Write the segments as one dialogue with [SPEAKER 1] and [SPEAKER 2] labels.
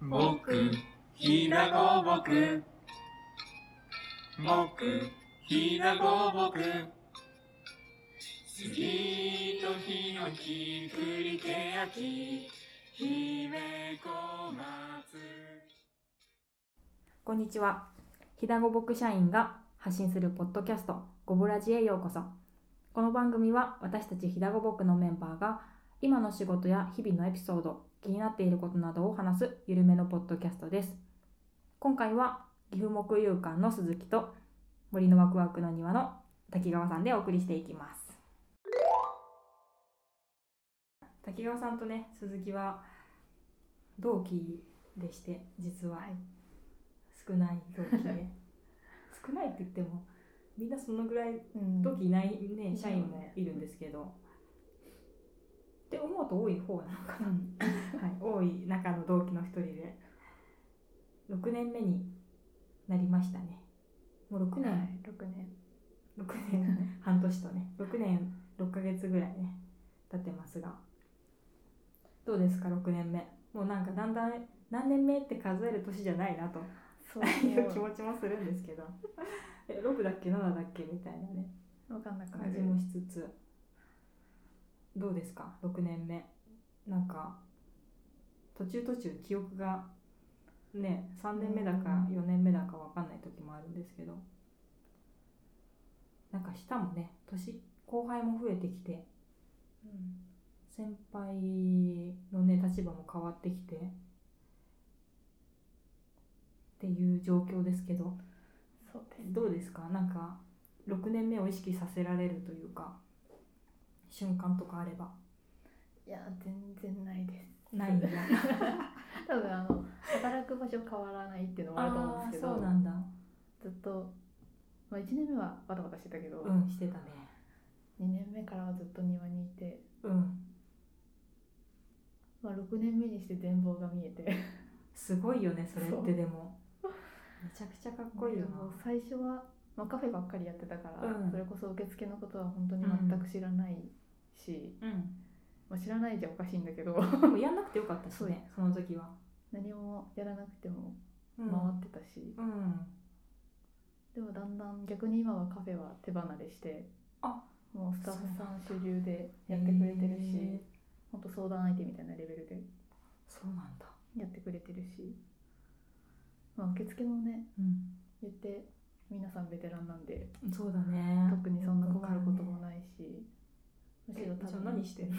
[SPEAKER 1] 木ひなごぼく木ひなごぼく杉とヒノキ栗ケヤキ姫小松
[SPEAKER 2] こんにちは。ひだごぼく社員が発信するポッドキャスト、ごぶらじへようこそ。この番組は私たちひだごぼくのメンバーが今の仕事や日々のエピソード、気になっていることなどを話すゆるめのポッドキャストです。今回は岐阜木遊館の鈴木と森のワクワクの庭の滝川さんでお送りしていきます。滝川さんとね、鈴木は同期でして、実は。少ない同期で 少ないって言ってもみんなそのぐらい
[SPEAKER 3] うん
[SPEAKER 2] 同期いないね、
[SPEAKER 3] うん
[SPEAKER 2] 社員もいるんですけど、って思うと多い方なのかな、はい、多い中の同期の一人で6年目になりましたねもう6
[SPEAKER 3] は
[SPEAKER 2] 年、
[SPEAKER 3] い、六年。
[SPEAKER 2] 六年 半年とね6年6ヶ月ぐらいね経ってますがどうですか6年目もうなんかだんだん何年目って数える年じゃないなと
[SPEAKER 3] そう
[SPEAKER 2] いう 気持ちもするんですけ どえ6だっけ7だっけみたいなね
[SPEAKER 3] わかんなくな
[SPEAKER 2] 感
[SPEAKER 3] る
[SPEAKER 2] じ。もしつつどうですか6年目なんか途中途中記憶がね3年目だか
[SPEAKER 3] うん
[SPEAKER 2] 4年目だかわかんない時もあるんですけどなんか下もね年後輩も増えてきて
[SPEAKER 3] うん
[SPEAKER 2] 先輩のね立場も変わってきてっていう状況ですけど
[SPEAKER 3] そうです。
[SPEAKER 2] どうですかなんか6年目を意識させられるというか瞬間とかあれば
[SPEAKER 3] いや、全然ないです。
[SPEAKER 2] ないんだ
[SPEAKER 3] 多分あの働く場所変わらないっていうのもあると思うんですけ
[SPEAKER 2] そう
[SPEAKER 3] ど
[SPEAKER 2] な、んだ
[SPEAKER 3] ずっとまあ一年目はバタバタしてたけど、
[SPEAKER 2] う
[SPEAKER 3] 二、
[SPEAKER 2] んしてたね
[SPEAKER 3] 年目からはずっと庭にいて、
[SPEAKER 2] うん
[SPEAKER 3] まあ六年目にして全貌が見えて、
[SPEAKER 2] すごいよねそれ
[SPEAKER 3] そ
[SPEAKER 2] っ
[SPEAKER 3] う
[SPEAKER 2] てでもめちゃくちゃかっこいいよ
[SPEAKER 3] もう最初はまあカフェばっかりやってたから、
[SPEAKER 2] うん
[SPEAKER 3] それこそ受付のことは本当に全く知らないし、
[SPEAKER 2] なうん
[SPEAKER 3] まあ知らないじゃおかしいんだけど、
[SPEAKER 2] でもやんなくてよかったしねその時は
[SPEAKER 3] 何もやらなくても
[SPEAKER 2] うん
[SPEAKER 3] 回ってたし。
[SPEAKER 2] うん
[SPEAKER 3] でもだんだん逆に今はカフェは手離れして
[SPEAKER 2] あ
[SPEAKER 3] もうスタッフさん主流でやってくれてる
[SPEAKER 2] へー
[SPEAKER 3] し本当相談相手みたいなレベルで
[SPEAKER 2] そうなんだ
[SPEAKER 3] やってくれてるし、まあ、受付もね
[SPEAKER 2] うん
[SPEAKER 3] 言って皆さんベテランなんで
[SPEAKER 2] そうだね
[SPEAKER 3] 特にそんな困ることもないしむし
[SPEAKER 2] え
[SPEAKER 3] ろ
[SPEAKER 2] じゃ
[SPEAKER 3] 多
[SPEAKER 2] あ
[SPEAKER 3] 分
[SPEAKER 2] 何してんの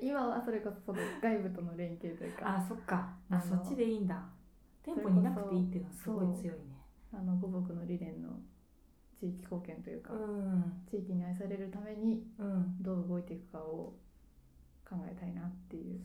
[SPEAKER 3] 今はそれこそその外部との連携というか
[SPEAKER 2] あそっか
[SPEAKER 3] あの
[SPEAKER 2] そっちでいいんだ店舗にいなくていいっていうのはすごい強いね
[SPEAKER 3] あの五木の理念の地域貢献というか、
[SPEAKER 2] うん
[SPEAKER 3] 地域に愛されるために
[SPEAKER 2] うん
[SPEAKER 3] どう動いていくかを考えたいなっていう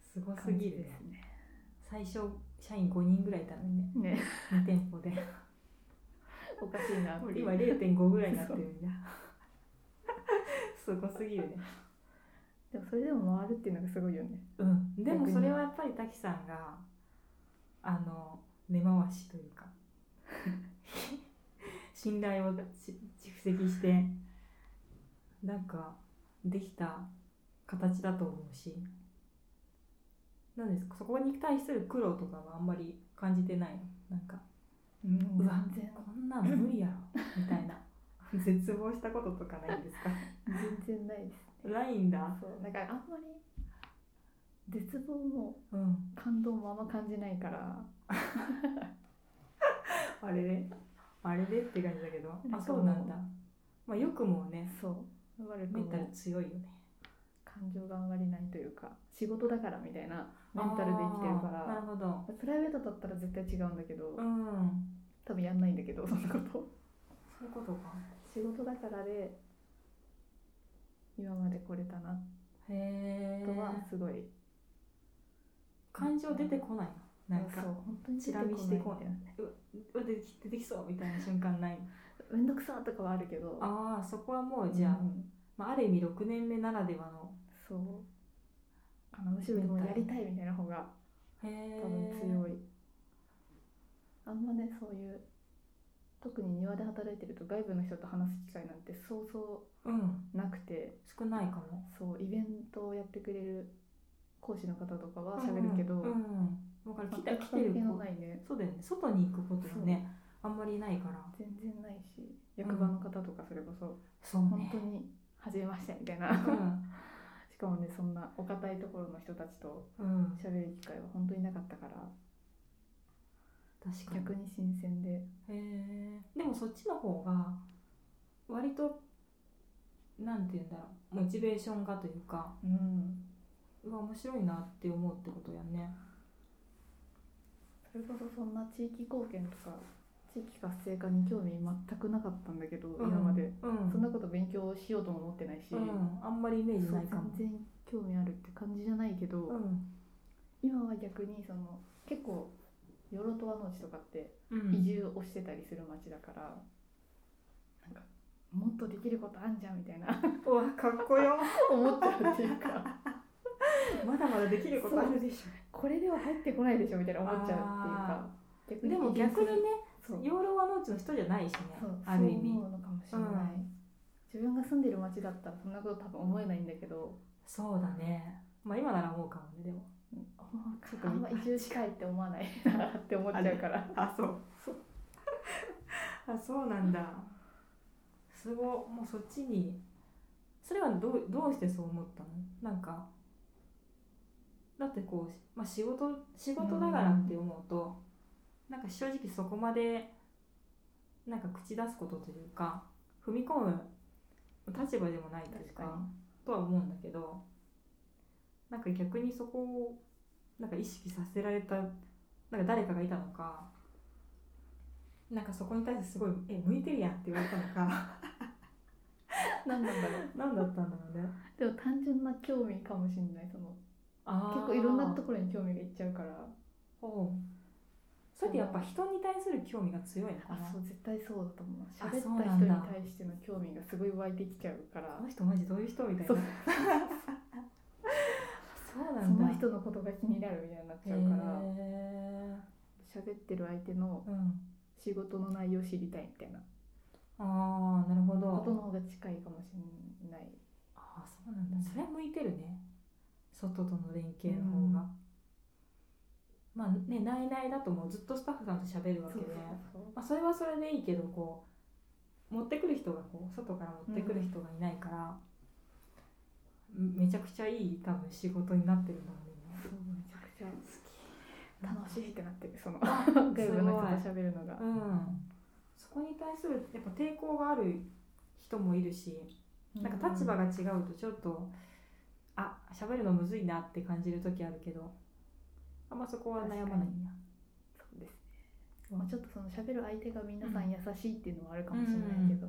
[SPEAKER 2] すごす
[SPEAKER 3] 感
[SPEAKER 2] ぎ
[SPEAKER 3] じ
[SPEAKER 2] る
[SPEAKER 3] で
[SPEAKER 2] ね
[SPEAKER 3] すね。
[SPEAKER 2] 最初社員5人ぐらいいたのにね
[SPEAKER 3] ね
[SPEAKER 2] 2店舗で
[SPEAKER 3] おかしいな
[SPEAKER 2] も
[SPEAKER 3] っ
[SPEAKER 2] う
[SPEAKER 3] ていう
[SPEAKER 2] 今0.5ぐらいになってるんだ すごすぎるね
[SPEAKER 3] でもそれでも回るっていうのがすごいよね
[SPEAKER 2] うんでもそれはやっぱり滝さんがあの根回しというか信頼をし蓄積してなんかできた形だと思うしなんですかそこに対する苦労とかはあんまり感じてないのなんか
[SPEAKER 3] うん
[SPEAKER 2] うわ
[SPEAKER 3] 全
[SPEAKER 2] こんなん無理やろみたいな絶望したこととかないんですか
[SPEAKER 3] 然全然ないです
[SPEAKER 2] ないんだ
[SPEAKER 3] そうだからあんまり絶望も
[SPEAKER 2] うん
[SPEAKER 3] 感動もあんま感じない から
[SPEAKER 2] あれであれでって感じだけど
[SPEAKER 3] なん
[SPEAKER 2] あ
[SPEAKER 3] か
[SPEAKER 2] そうなんだまあよくもね
[SPEAKER 3] そう悪く
[SPEAKER 2] メンタル
[SPEAKER 3] も
[SPEAKER 2] 強いよね
[SPEAKER 3] 感情があんまりないというか仕事だからみたいなメンタルで生きてるか
[SPEAKER 2] あーなる
[SPEAKER 3] ら
[SPEAKER 2] ほど
[SPEAKER 3] プライベートだったら絶対違うんだけど
[SPEAKER 2] うん
[SPEAKER 3] 多分やんないんだけどそんなこと
[SPEAKER 2] そういうことか
[SPEAKER 3] 仕事だからで今まで来れたな
[SPEAKER 2] へえ
[SPEAKER 3] とはすごい、
[SPEAKER 2] 感情出てこないのなんか
[SPEAKER 3] そう本当に
[SPEAKER 2] チラ見してこな
[SPEAKER 3] 出
[SPEAKER 2] い
[SPEAKER 3] てこ
[SPEAKER 2] うう出てき出てきそうみたいな瞬間ない
[SPEAKER 3] みたいなめんどくさとかはあるけど
[SPEAKER 2] ああそこはもうじゃあ、
[SPEAKER 3] うん
[SPEAKER 2] まあ、ある意味6年目ならではの
[SPEAKER 3] そうあのむしろでもやりたいみたいな方が
[SPEAKER 2] へ
[SPEAKER 3] 多
[SPEAKER 2] え
[SPEAKER 3] 分強い、あんまねそういう特に庭で働いてると外部の人と話す機会なんてそうそ
[SPEAKER 2] うん
[SPEAKER 3] うなくて
[SPEAKER 2] 少ないかも
[SPEAKER 3] そうイベントをやってくれる講師の方とかは喋るけど、
[SPEAKER 2] うんうんうん、だから
[SPEAKER 3] 全
[SPEAKER 2] 来
[SPEAKER 3] く
[SPEAKER 2] て来て
[SPEAKER 3] 関
[SPEAKER 2] る
[SPEAKER 3] 係の
[SPEAKER 2] 子
[SPEAKER 3] ないね
[SPEAKER 2] そうだよね外に行くことはねあんまりないから
[SPEAKER 3] 全然ないし役場の方とかそれこそ、
[SPEAKER 2] そう
[SPEAKER 3] 本
[SPEAKER 2] ね
[SPEAKER 3] 当に初めましてみたいな、
[SPEAKER 2] うん
[SPEAKER 3] しかもねそんなお堅いところの人たちと
[SPEAKER 2] うん
[SPEAKER 3] 喋る機会は本当になかったから
[SPEAKER 2] 確かに
[SPEAKER 3] 逆に新鮮で
[SPEAKER 2] へえでもそっちの方が割となんて言うんだろうモチベーションがというか
[SPEAKER 3] うん
[SPEAKER 2] うわ面白いなって思うってことやね
[SPEAKER 3] それこそそんな地域貢献とか地域活性化に興味全くなかったんだけど、今まで、
[SPEAKER 2] うん
[SPEAKER 3] そんなこと勉強しようとも思ってないし、
[SPEAKER 2] うん、あんまりイメージ
[SPEAKER 3] そ
[SPEAKER 2] な
[SPEAKER 3] う
[SPEAKER 2] いかも
[SPEAKER 3] 全然興味あるって感じじゃないけど、
[SPEAKER 2] うん
[SPEAKER 3] 今は逆にその結構ヨロトワ農地とかって
[SPEAKER 2] うん
[SPEAKER 3] 移住をしてたりする町だから、なんかもっとできることあんじゃんみたいな
[SPEAKER 2] うわかっこよ
[SPEAKER 3] 思っちゃうっていうか
[SPEAKER 2] まだまだできることあるでし
[SPEAKER 3] これでは入ってこないでしょみたいな思っちゃうっていうか
[SPEAKER 2] ょでも逆にね
[SPEAKER 3] そう
[SPEAKER 2] 養老は農地の人じゃないしね
[SPEAKER 3] そう
[SPEAKER 2] ある意
[SPEAKER 3] そう
[SPEAKER 2] 味
[SPEAKER 3] 思うのかもしれない、自分が住んでる町だったらそんなこと多分思えないんだけど、
[SPEAKER 2] そうだねまあ今なら思うかもねでも
[SPEAKER 3] ああんま移住したいって思わないなって思っちゃうから
[SPEAKER 2] あそう そうあそうなんだすごいもうそっちにそれはどうどうしてそう思ったのなんかだってこう、まあ、仕事仕事だからって思うと、なんか正直そこまでなんか口出すことというか踏み込む立場でもないとい
[SPEAKER 3] 確
[SPEAKER 2] うか
[SPEAKER 3] か
[SPEAKER 2] とは思うんだけどなんか逆にそこをなんか意識させられたなんか誰かがいたのかなんかそこに対してすごい「え向いてるやん」って言われたの か
[SPEAKER 3] に何 なんだろう
[SPEAKER 2] 何だったんだろうね
[SPEAKER 3] でも単純な興味かもしれないその
[SPEAKER 2] あー
[SPEAKER 3] 結構いろんなところに興味がいっちゃうから
[SPEAKER 2] ほうそれってやっぱ人に対する興味が強いのか
[SPEAKER 3] あ
[SPEAKER 2] な
[SPEAKER 3] そう絶対そうだと思う
[SPEAKER 2] あ
[SPEAKER 3] 喋っ
[SPEAKER 2] そうな
[SPEAKER 3] た
[SPEAKER 2] ん
[SPEAKER 3] 人に
[SPEAKER 2] だ
[SPEAKER 3] 対しての興味がすごい湧いてきちゃうから
[SPEAKER 2] あの人マジどういう人みたい
[SPEAKER 3] そ
[SPEAKER 2] な
[SPEAKER 3] う
[SPEAKER 2] そうな
[SPEAKER 3] そ
[SPEAKER 2] んだ
[SPEAKER 3] の人のことが気になるみたいになっちゃうから
[SPEAKER 2] へえ
[SPEAKER 3] 喋ってる相手の
[SPEAKER 2] うん
[SPEAKER 3] 仕事の内容知りたいみたいな
[SPEAKER 2] ああなるほど
[SPEAKER 3] ことの方が近いかもしれない
[SPEAKER 2] ああそうなんだそれは向いてるね外との連携の方が、まあね内々だともうずっとスタッフさんと喋るわけで
[SPEAKER 3] そう
[SPEAKER 2] まあ、それはそれでいいけどこう持ってくる人がこう外から持ってくる人がいないから、めめちゃくちゃいい多分仕事になってるんだろうね
[SPEAKER 3] そうめちゃくちゃ
[SPEAKER 2] 好
[SPEAKER 3] 楽しいってなってる その
[SPEAKER 2] あ
[SPEAKER 3] 外部の人と喋るのが
[SPEAKER 2] うんそこに対するやっぱ抵抗がある人もいるし、なんか立場が違うとちょっとあ喋るのむずいなって感じる時あるけどあんまそこは悩まないんだ
[SPEAKER 3] そうですね、まあ、ちょっとその喋る相手が皆さん優しいっていうのはあるかもしれないけど、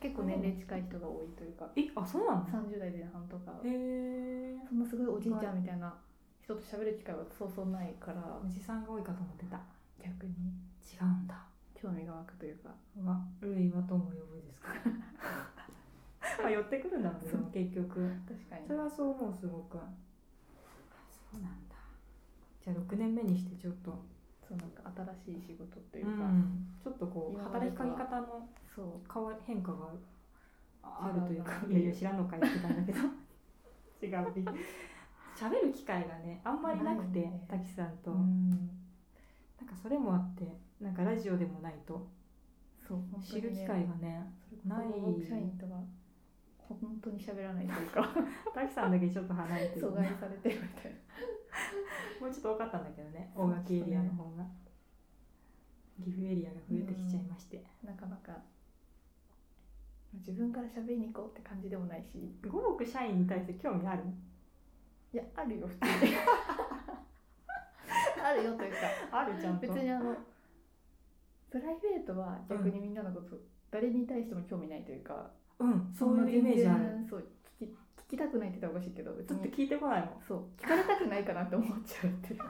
[SPEAKER 3] 結構年齢近い人が多いというか
[SPEAKER 2] えあそうなの
[SPEAKER 3] 30代前半とか
[SPEAKER 2] へえ
[SPEAKER 3] そんなすごいおじいちゃんみたいな人と喋る機会はそうそうないから
[SPEAKER 2] おじさんが多いかと思ってた
[SPEAKER 3] 逆に
[SPEAKER 2] 違うんだ
[SPEAKER 3] 興味が湧くというか
[SPEAKER 2] うわ類は友を呼ぶですか まあ寄ってくるんだろうねでも結局
[SPEAKER 3] 確かに
[SPEAKER 2] それはそう思うすごくそうなんだじゃあ6年目にしてちょっと、
[SPEAKER 3] そうなんか新しい仕事といううか、
[SPEAKER 2] ん、ちょっとこう
[SPEAKER 3] 今まで
[SPEAKER 2] 働
[SPEAKER 3] と
[SPEAKER 2] き
[SPEAKER 3] は
[SPEAKER 2] 方の
[SPEAKER 3] そう
[SPEAKER 2] 変わ変化がああるというか
[SPEAKER 3] 違うない
[SPEAKER 2] やいや知らんのか言ってたんだ けど違うび喋る機会がねあんまりなく
[SPEAKER 3] な
[SPEAKER 2] て
[SPEAKER 3] いよね
[SPEAKER 2] 滝、さんと、
[SPEAKER 3] うん
[SPEAKER 2] なんかそれもあってなんかラジオでもないと
[SPEAKER 3] そう本当
[SPEAKER 2] 知
[SPEAKER 3] にね
[SPEAKER 2] る機会がね
[SPEAKER 3] ない
[SPEAKER 2] ない
[SPEAKER 3] 社員とは本当に喋らないという か
[SPEAKER 2] 滝さんだけちょっと離れて
[SPEAKER 3] 阻
[SPEAKER 2] る、
[SPEAKER 3] 害
[SPEAKER 2] ね、
[SPEAKER 3] されてるみたい
[SPEAKER 2] もうちょっと多かったんだけどね大垣エリアの方が、岐阜エリアが増えてきちゃいまして、
[SPEAKER 3] ななかなか自分から喋りに行こうって感じでもないしい
[SPEAKER 2] 五目社員に対して興味ある
[SPEAKER 3] やあるよ普通 にあるよというか
[SPEAKER 2] あるちゃんと
[SPEAKER 3] 別にあのプライベートは逆にみんなのこと、誰に対しても興味ないというか
[SPEAKER 2] うんそういうイメージあ
[SPEAKER 3] そんな
[SPEAKER 2] る
[SPEAKER 3] 全然そう聞き聞きたくないって言ったらおかしいけど別
[SPEAKER 2] ちょっと
[SPEAKER 3] に
[SPEAKER 2] 聞いてこないもん
[SPEAKER 3] そう聞かれたくないかなって思っちゃうっていう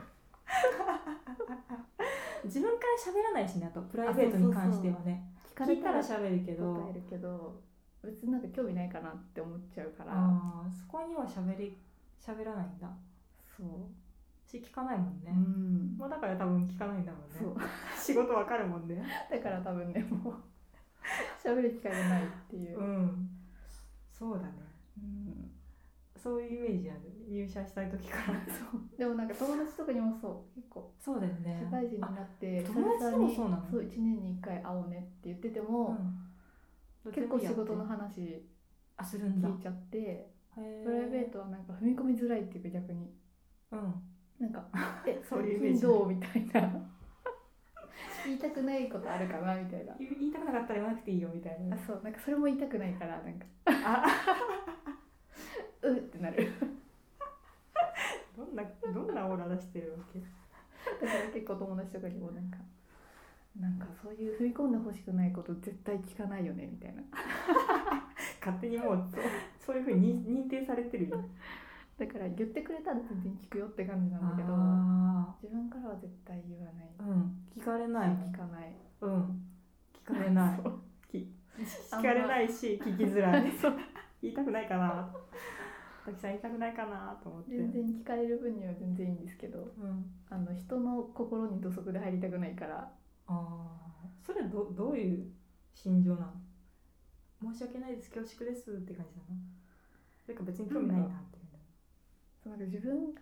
[SPEAKER 2] 自分から喋らないしねあとプライベートに関してはね
[SPEAKER 3] 聞かれ
[SPEAKER 2] 聞い
[SPEAKER 3] た
[SPEAKER 2] たら
[SPEAKER 3] ら
[SPEAKER 2] 喋るけど
[SPEAKER 3] 答えるけど別になんか興味ないかなって思っちゃうから
[SPEAKER 2] あーそこには喋り喋らないんだ
[SPEAKER 3] そう
[SPEAKER 2] し聞かないもん
[SPEAKER 3] う
[SPEAKER 2] ね、
[SPEAKER 3] ん
[SPEAKER 2] まあだから多分聞かないんだもん
[SPEAKER 3] そう
[SPEAKER 2] ね仕事わかるもんね
[SPEAKER 3] だから多分ねもう 喋る機会がないっていう
[SPEAKER 2] う、んそうだね
[SPEAKER 3] うん
[SPEAKER 2] そういうイメージある入社したい時 からそう
[SPEAKER 3] でもなんか友達とかにもそう結構
[SPEAKER 2] そうだよね
[SPEAKER 3] 社会人になって
[SPEAKER 2] あ友達と
[SPEAKER 3] 久々
[SPEAKER 2] も
[SPEAKER 3] に
[SPEAKER 2] そうなの
[SPEAKER 3] そう1年に1回会おうねって言ってて
[SPEAKER 2] う
[SPEAKER 3] も、
[SPEAKER 2] んどっちで
[SPEAKER 3] 結
[SPEAKER 2] も
[SPEAKER 3] 構
[SPEAKER 2] いいや
[SPEAKER 3] 仕
[SPEAKER 2] って
[SPEAKER 3] 事の話
[SPEAKER 2] あするんだ
[SPEAKER 3] 聞いちゃって
[SPEAKER 2] へ
[SPEAKER 3] プライベートはなんか踏み込みづらいっていうか逆に
[SPEAKER 2] うん
[SPEAKER 3] なん か「え
[SPEAKER 2] そういうイメー
[SPEAKER 3] 最
[SPEAKER 2] ジ
[SPEAKER 3] 近どう?」みたいな 言いたくないことあるかなみたいな
[SPEAKER 2] 言いたくなかったら言わなくていいよみたいな
[SPEAKER 3] あそうなんかそれも言いたくないからなんか
[SPEAKER 2] あ
[SPEAKER 3] うってなる
[SPEAKER 2] どんなどんなオーラ出してるわ け
[SPEAKER 3] だから結構友達とかにもなんかなんかそういう踏み込んでほしくないこと絶対聞かないよねみたいな
[SPEAKER 2] 勝手にもうそうそういうふうに認認定されてるよ
[SPEAKER 3] だから言ってくれたら全然聞くよって感じなんだけど
[SPEAKER 2] あ
[SPEAKER 3] 自分からは絶対言わない
[SPEAKER 2] ーうん聞かれない
[SPEAKER 3] 聞かない
[SPEAKER 2] うん聞かれない
[SPEAKER 3] そう
[SPEAKER 2] 聞かれないし聞きづら い
[SPEAKER 3] そう
[SPEAKER 2] 言いたくないかな滝さん言いたくないかなと思って
[SPEAKER 3] 全然聞かれる分には全然いいんですけど
[SPEAKER 2] うん
[SPEAKER 3] あの人の心に土足で入りたくないから
[SPEAKER 2] あーそれどどういう心情なの申し訳ないです恐縮ですって感じなのそれか別に興味ないなっていう
[SPEAKER 3] そうなんか自分が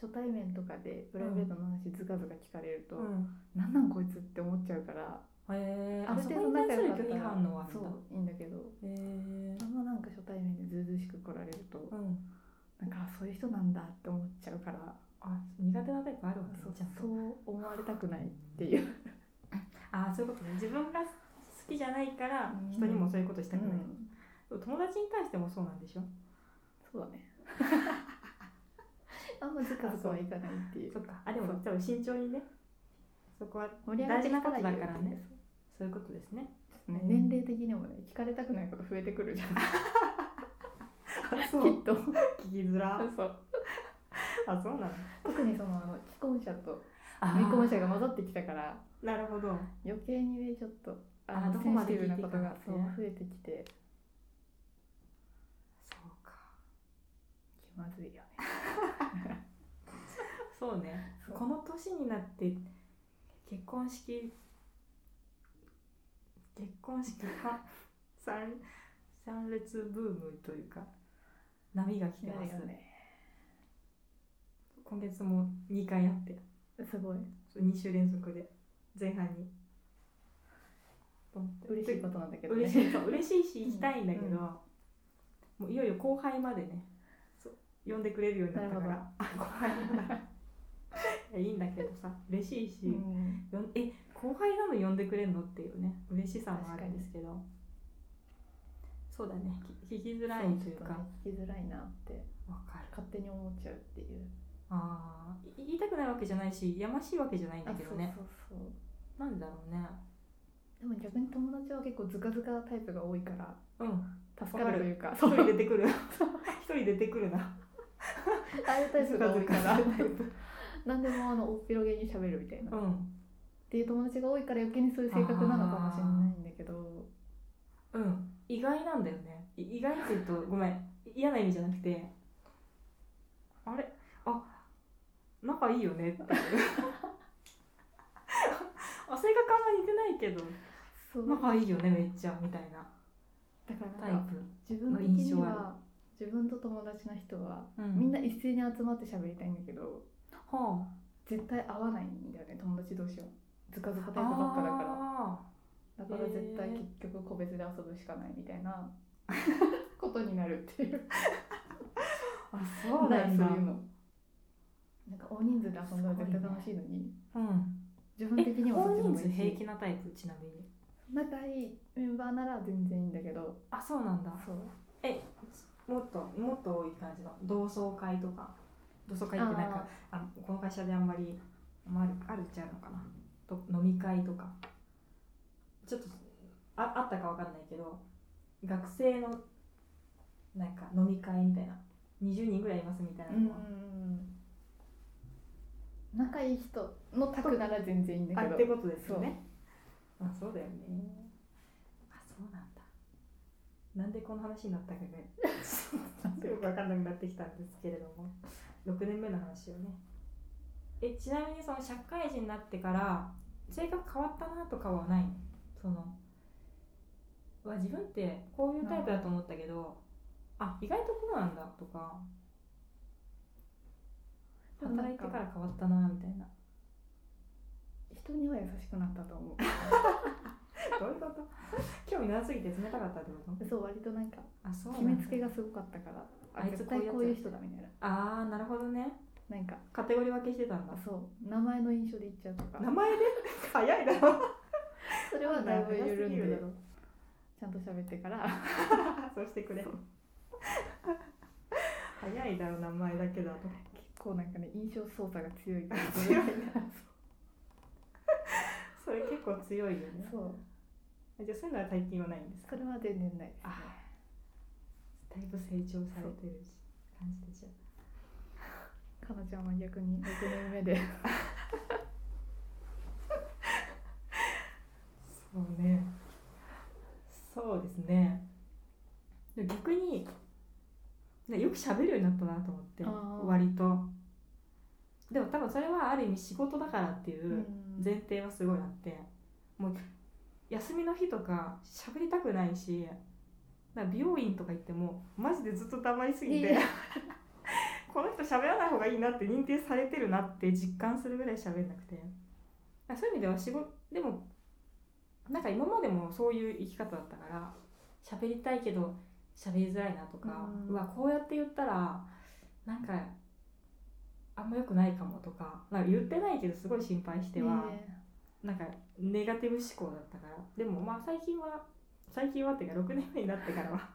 [SPEAKER 3] 初対面とかでプライベートの話ずかずか聞かれると、
[SPEAKER 2] ん
[SPEAKER 3] なんなんこいつって思っちゃうから
[SPEAKER 2] へえ
[SPEAKER 3] あ
[SPEAKER 2] あ
[SPEAKER 3] る
[SPEAKER 2] そ
[SPEAKER 3] 程
[SPEAKER 2] こ
[SPEAKER 3] 度
[SPEAKER 2] に対
[SPEAKER 3] 仲
[SPEAKER 2] す
[SPEAKER 3] 良かった
[SPEAKER 2] る拒否
[SPEAKER 3] ら
[SPEAKER 2] 反応はある
[SPEAKER 3] そ
[SPEAKER 2] んだ
[SPEAKER 3] ういいんだけど
[SPEAKER 2] へえ
[SPEAKER 3] あんまなんか初対面でずうずうしく来られると
[SPEAKER 2] うん
[SPEAKER 3] なんかあそういう人なんだって思っちゃうから
[SPEAKER 2] あ苦手なタイプあるわけね
[SPEAKER 3] そう
[SPEAKER 2] ちゃんと
[SPEAKER 3] そう思われたくないっていう、
[SPEAKER 2] あーそういうことね自分が好きじゃないから
[SPEAKER 3] うん
[SPEAKER 2] 人にもそういうことしたくない、でも友達に対してもそうなんでしょ
[SPEAKER 3] そうだね あんまずかずかはいかないっていう
[SPEAKER 2] そっかあでも多分慎重にねそこは
[SPEAKER 3] 盛り上がってきたら言うっていうね
[SPEAKER 2] そういうことですね
[SPEAKER 3] ね年齢的にもね聞かれたくないこと増えてくるじゃんき
[SPEAKER 2] そ
[SPEAKER 3] っと
[SPEAKER 2] 聞きづら
[SPEAKER 3] そう
[SPEAKER 2] あそうなの
[SPEAKER 3] 特にそのあの既婚者と
[SPEAKER 2] あ
[SPEAKER 3] 未婚者が混ざってきたから
[SPEAKER 2] なるほど
[SPEAKER 3] 余計にねちょっとあ
[SPEAKER 2] あ
[SPEAKER 3] の
[SPEAKER 2] ど
[SPEAKER 3] セ
[SPEAKER 2] こ
[SPEAKER 3] ン
[SPEAKER 2] ま
[SPEAKER 3] シ
[SPEAKER 2] で
[SPEAKER 3] ティ
[SPEAKER 2] 聞い
[SPEAKER 3] ブ
[SPEAKER 2] て
[SPEAKER 3] ないこ
[SPEAKER 2] い
[SPEAKER 3] と
[SPEAKER 2] か
[SPEAKER 3] がそう
[SPEAKER 2] ね
[SPEAKER 3] 増えてきて
[SPEAKER 2] そうか
[SPEAKER 3] 気まずいよね
[SPEAKER 2] そうね
[SPEAKER 3] そう
[SPEAKER 2] この年になって結婚式結婚式が三三列ブームというか波が来てます、
[SPEAKER 3] ね
[SPEAKER 2] 今月も2回あって
[SPEAKER 3] すごい
[SPEAKER 2] 2週連続で前半にポンって
[SPEAKER 3] 嬉しいことなんだけどね
[SPEAKER 2] 嬉しいそう嬉しいし行きたいんだけど、
[SPEAKER 3] うんうん
[SPEAKER 2] もういよいよ後輩までねそう呼んでくれるようになったか
[SPEAKER 3] な
[SPEAKER 2] らあ後輩なんだいやいいんだけどさ嬉しいし、
[SPEAKER 3] うん
[SPEAKER 2] よんえ後輩なの呼んでくれんのっていうね嬉しさもあるんですけどそうだねき聞きづらいというか
[SPEAKER 3] そちょっね聞きづらいなって
[SPEAKER 2] わかる
[SPEAKER 3] 勝手に思っちゃうっていう
[SPEAKER 2] あーい言いたくないわけじゃないしやましいわけじゃないんだけどね
[SPEAKER 3] そうそうそう
[SPEAKER 2] なんだろうね
[SPEAKER 3] でも逆に友達は結構ズカズカタイプが多いから
[SPEAKER 2] うん
[SPEAKER 3] 助かるというか
[SPEAKER 2] 一
[SPEAKER 3] そう
[SPEAKER 2] 人出てくる一人出てくるな
[SPEAKER 3] ああいうタイプが多いか
[SPEAKER 2] ズカ
[SPEAKER 3] ら
[SPEAKER 2] ズカタイ
[SPEAKER 3] 何でもあのおっぴろげに喋るみたいな、
[SPEAKER 2] う
[SPEAKER 3] っ
[SPEAKER 2] ん
[SPEAKER 3] ていう友達が多いから余計にそういう性格なのかもしれないんだけど
[SPEAKER 2] うん意外なんだよねい意外って言うとごめん嫌な意味じゃなくてあれあ仲いいよねっていう あ性格あんま似てないけど
[SPEAKER 3] そうだか
[SPEAKER 2] 仲いいよねめっちゃみたいなタ
[SPEAKER 3] ら
[SPEAKER 2] イ
[SPEAKER 3] なんか
[SPEAKER 2] プ、
[SPEAKER 3] 自分的
[SPEAKER 2] 印
[SPEAKER 3] に
[SPEAKER 2] 象ある
[SPEAKER 3] は自分と友達な人は
[SPEAKER 2] うん
[SPEAKER 3] みんな一斉に集まって喋りたいんだけど
[SPEAKER 2] は
[SPEAKER 3] 絶対合わないんだよね友達同士はズカズカ
[SPEAKER 2] あ
[SPEAKER 3] タイプばっかだから
[SPEAKER 2] あ
[SPEAKER 3] だから絶対
[SPEAKER 2] へー
[SPEAKER 3] 結局個別で遊ぶしかないみたいなことになるっていう
[SPEAKER 2] ーあ そうな んだ
[SPEAKER 3] ないそういうのなんか大人数で遊んだら絶対楽しいのに
[SPEAKER 2] うん
[SPEAKER 3] 自分
[SPEAKER 2] え
[SPEAKER 3] 的にも
[SPEAKER 2] 大
[SPEAKER 3] そっちの方
[SPEAKER 2] 人
[SPEAKER 3] がい
[SPEAKER 2] 数
[SPEAKER 3] いし
[SPEAKER 2] 平気なタイプちなみに
[SPEAKER 3] 仲いいメンバーなら全然いいんだけど
[SPEAKER 2] あそうなんだ
[SPEAKER 3] そう
[SPEAKER 2] もっともっと多い感じの同窓会とか同窓会ってなんかあのこの会社であんまり、まあ、あるあるっちゃあるのかなと飲み会とかちょっとああったかわかんないけど学生のなんか飲み会みたいな20人ぐらいいますみたいな
[SPEAKER 3] うんうんう
[SPEAKER 2] のは、
[SPEAKER 3] ん仲いい人のタクなら全然いいんだ
[SPEAKER 2] あ
[SPEAKER 3] け
[SPEAKER 2] っ
[SPEAKER 3] ど
[SPEAKER 2] てことですよねまあそうだよねあそうなんだなんでこの話になったかがよくわかんなくなってきたんですけれども6年目の話をねえちなみにその社会人になってから性格変わったなとかはないのそのうわ自分ってこういうタイプだと思ったけどあ意外とこうなんだとか
[SPEAKER 3] でもなんか
[SPEAKER 2] 働いてから変わったなみたいな
[SPEAKER 3] 人には優しくなったと思う
[SPEAKER 2] どういうこと 興味なさすぎて冷たかったってこ と
[SPEAKER 3] そう割となんか
[SPEAKER 2] あそうな
[SPEAKER 3] 決
[SPEAKER 2] んだ
[SPEAKER 3] めつけがすごかったから
[SPEAKER 2] あ
[SPEAKER 3] あ
[SPEAKER 2] いつ
[SPEAKER 3] 絶対
[SPEAKER 2] こ
[SPEAKER 3] こ
[SPEAKER 2] う
[SPEAKER 3] う
[SPEAKER 2] い
[SPEAKER 3] いう
[SPEAKER 2] や
[SPEAKER 3] う
[SPEAKER 2] つ
[SPEAKER 3] 人だみたいな
[SPEAKER 2] ああなるほどね
[SPEAKER 3] なんか
[SPEAKER 2] カテゴリー分けしてたんだ
[SPEAKER 3] あそう名前の印象で言っちゃうとか
[SPEAKER 2] 名前 で早いだろ
[SPEAKER 3] それはだいぶ緩んでるちゃんと喋ってから
[SPEAKER 2] そうしてくれ 早いだろ名前だけだと
[SPEAKER 3] 結構なんかね印象操作が強いから
[SPEAKER 2] 強い それ結構強いよね
[SPEAKER 3] そう
[SPEAKER 2] じゃあそういうのは最近はないんです
[SPEAKER 3] そ
[SPEAKER 2] か
[SPEAKER 3] れまで全然ないですね
[SPEAKER 2] あだいぶ成長されてるし感じでしょ
[SPEAKER 3] かなちゃんは逆に6年目で
[SPEAKER 2] そうねそうですねでも逆にねよく喋るようになったなと思って
[SPEAKER 3] あー
[SPEAKER 2] 割とでも多分それはある意味仕事だから っていううん前提はすごいあってもう休みの日とか喋りたくないしなんか美容院とか行ってもマジでずっと黙りすぎ
[SPEAKER 3] い
[SPEAKER 2] て
[SPEAKER 3] やいや
[SPEAKER 2] この人喋らない方がいいなって認定されてるなって実感するぐらい喋んなくてあそういう意味では仕事でもなんか今までもそういう生き方だったから喋りたいけど喋りづらいなとか、う
[SPEAKER 3] うん
[SPEAKER 2] わこうやって言ったらなんかあんま良くないかもとかなんか言ってないけどすごい心配しては。
[SPEAKER 3] ね
[SPEAKER 2] なんかネガティブ思考だったからでもまあ最近は最近はっていうか6年目になってからは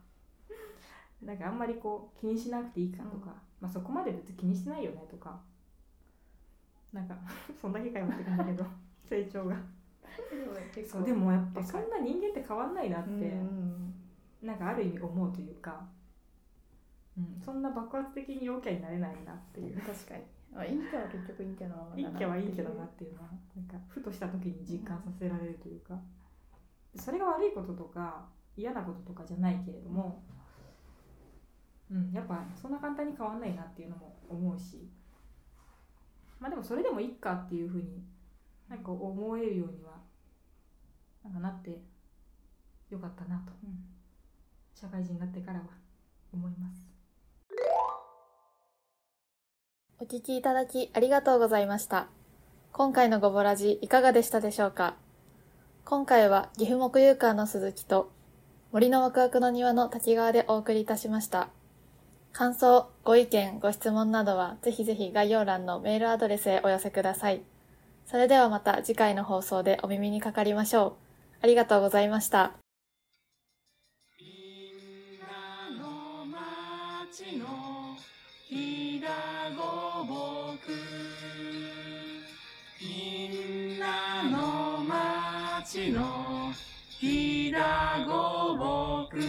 [SPEAKER 2] なんかあんまりこう気にしなくていいかとか、
[SPEAKER 3] うん
[SPEAKER 2] まあそこまで別に気にしてないよねとかなんか そんだけかよって感じだ けど成長が
[SPEAKER 3] え結
[SPEAKER 2] そ
[SPEAKER 3] 構
[SPEAKER 2] うでもやっぱそんな人間って変わんないなっ
[SPEAKER 3] う
[SPEAKER 2] て、
[SPEAKER 3] んうん
[SPEAKER 2] なんかある意味思うというか、うん、そんな爆発的に陽キャになれないなっていう
[SPEAKER 3] 確かにあ陰キャは結局陰キャのまま
[SPEAKER 2] 陰
[SPEAKER 3] だな
[SPEAKER 2] キャは陰キャだなっていうのはなんかふとした時に実感させられるというかそれが悪いこととか嫌なこととかじゃないけれども、うん、やっぱそんな簡単に変わんないなっていうのも思うしまあでもそれでもいいかっていうふうになんか思えるようにはなんかなってよかったなと、
[SPEAKER 3] うん
[SPEAKER 2] 社会人になってからは思います。
[SPEAKER 4] お聞きいただきありがとうございました。今回のごぼらじいかがでしたでしょうか今回は岐阜木遊館の鈴木と森のワクワクの庭の滝川でお送りいたしました。感想、ご意見、ご質問などはぜひぜひ概要欄のメールアドレスへお寄せください。それではまた次回の放送でお耳にかかりましょう。ありがとうございました。
[SPEAKER 1] みんなの町のひだごぼくみんなの町のひだごぼく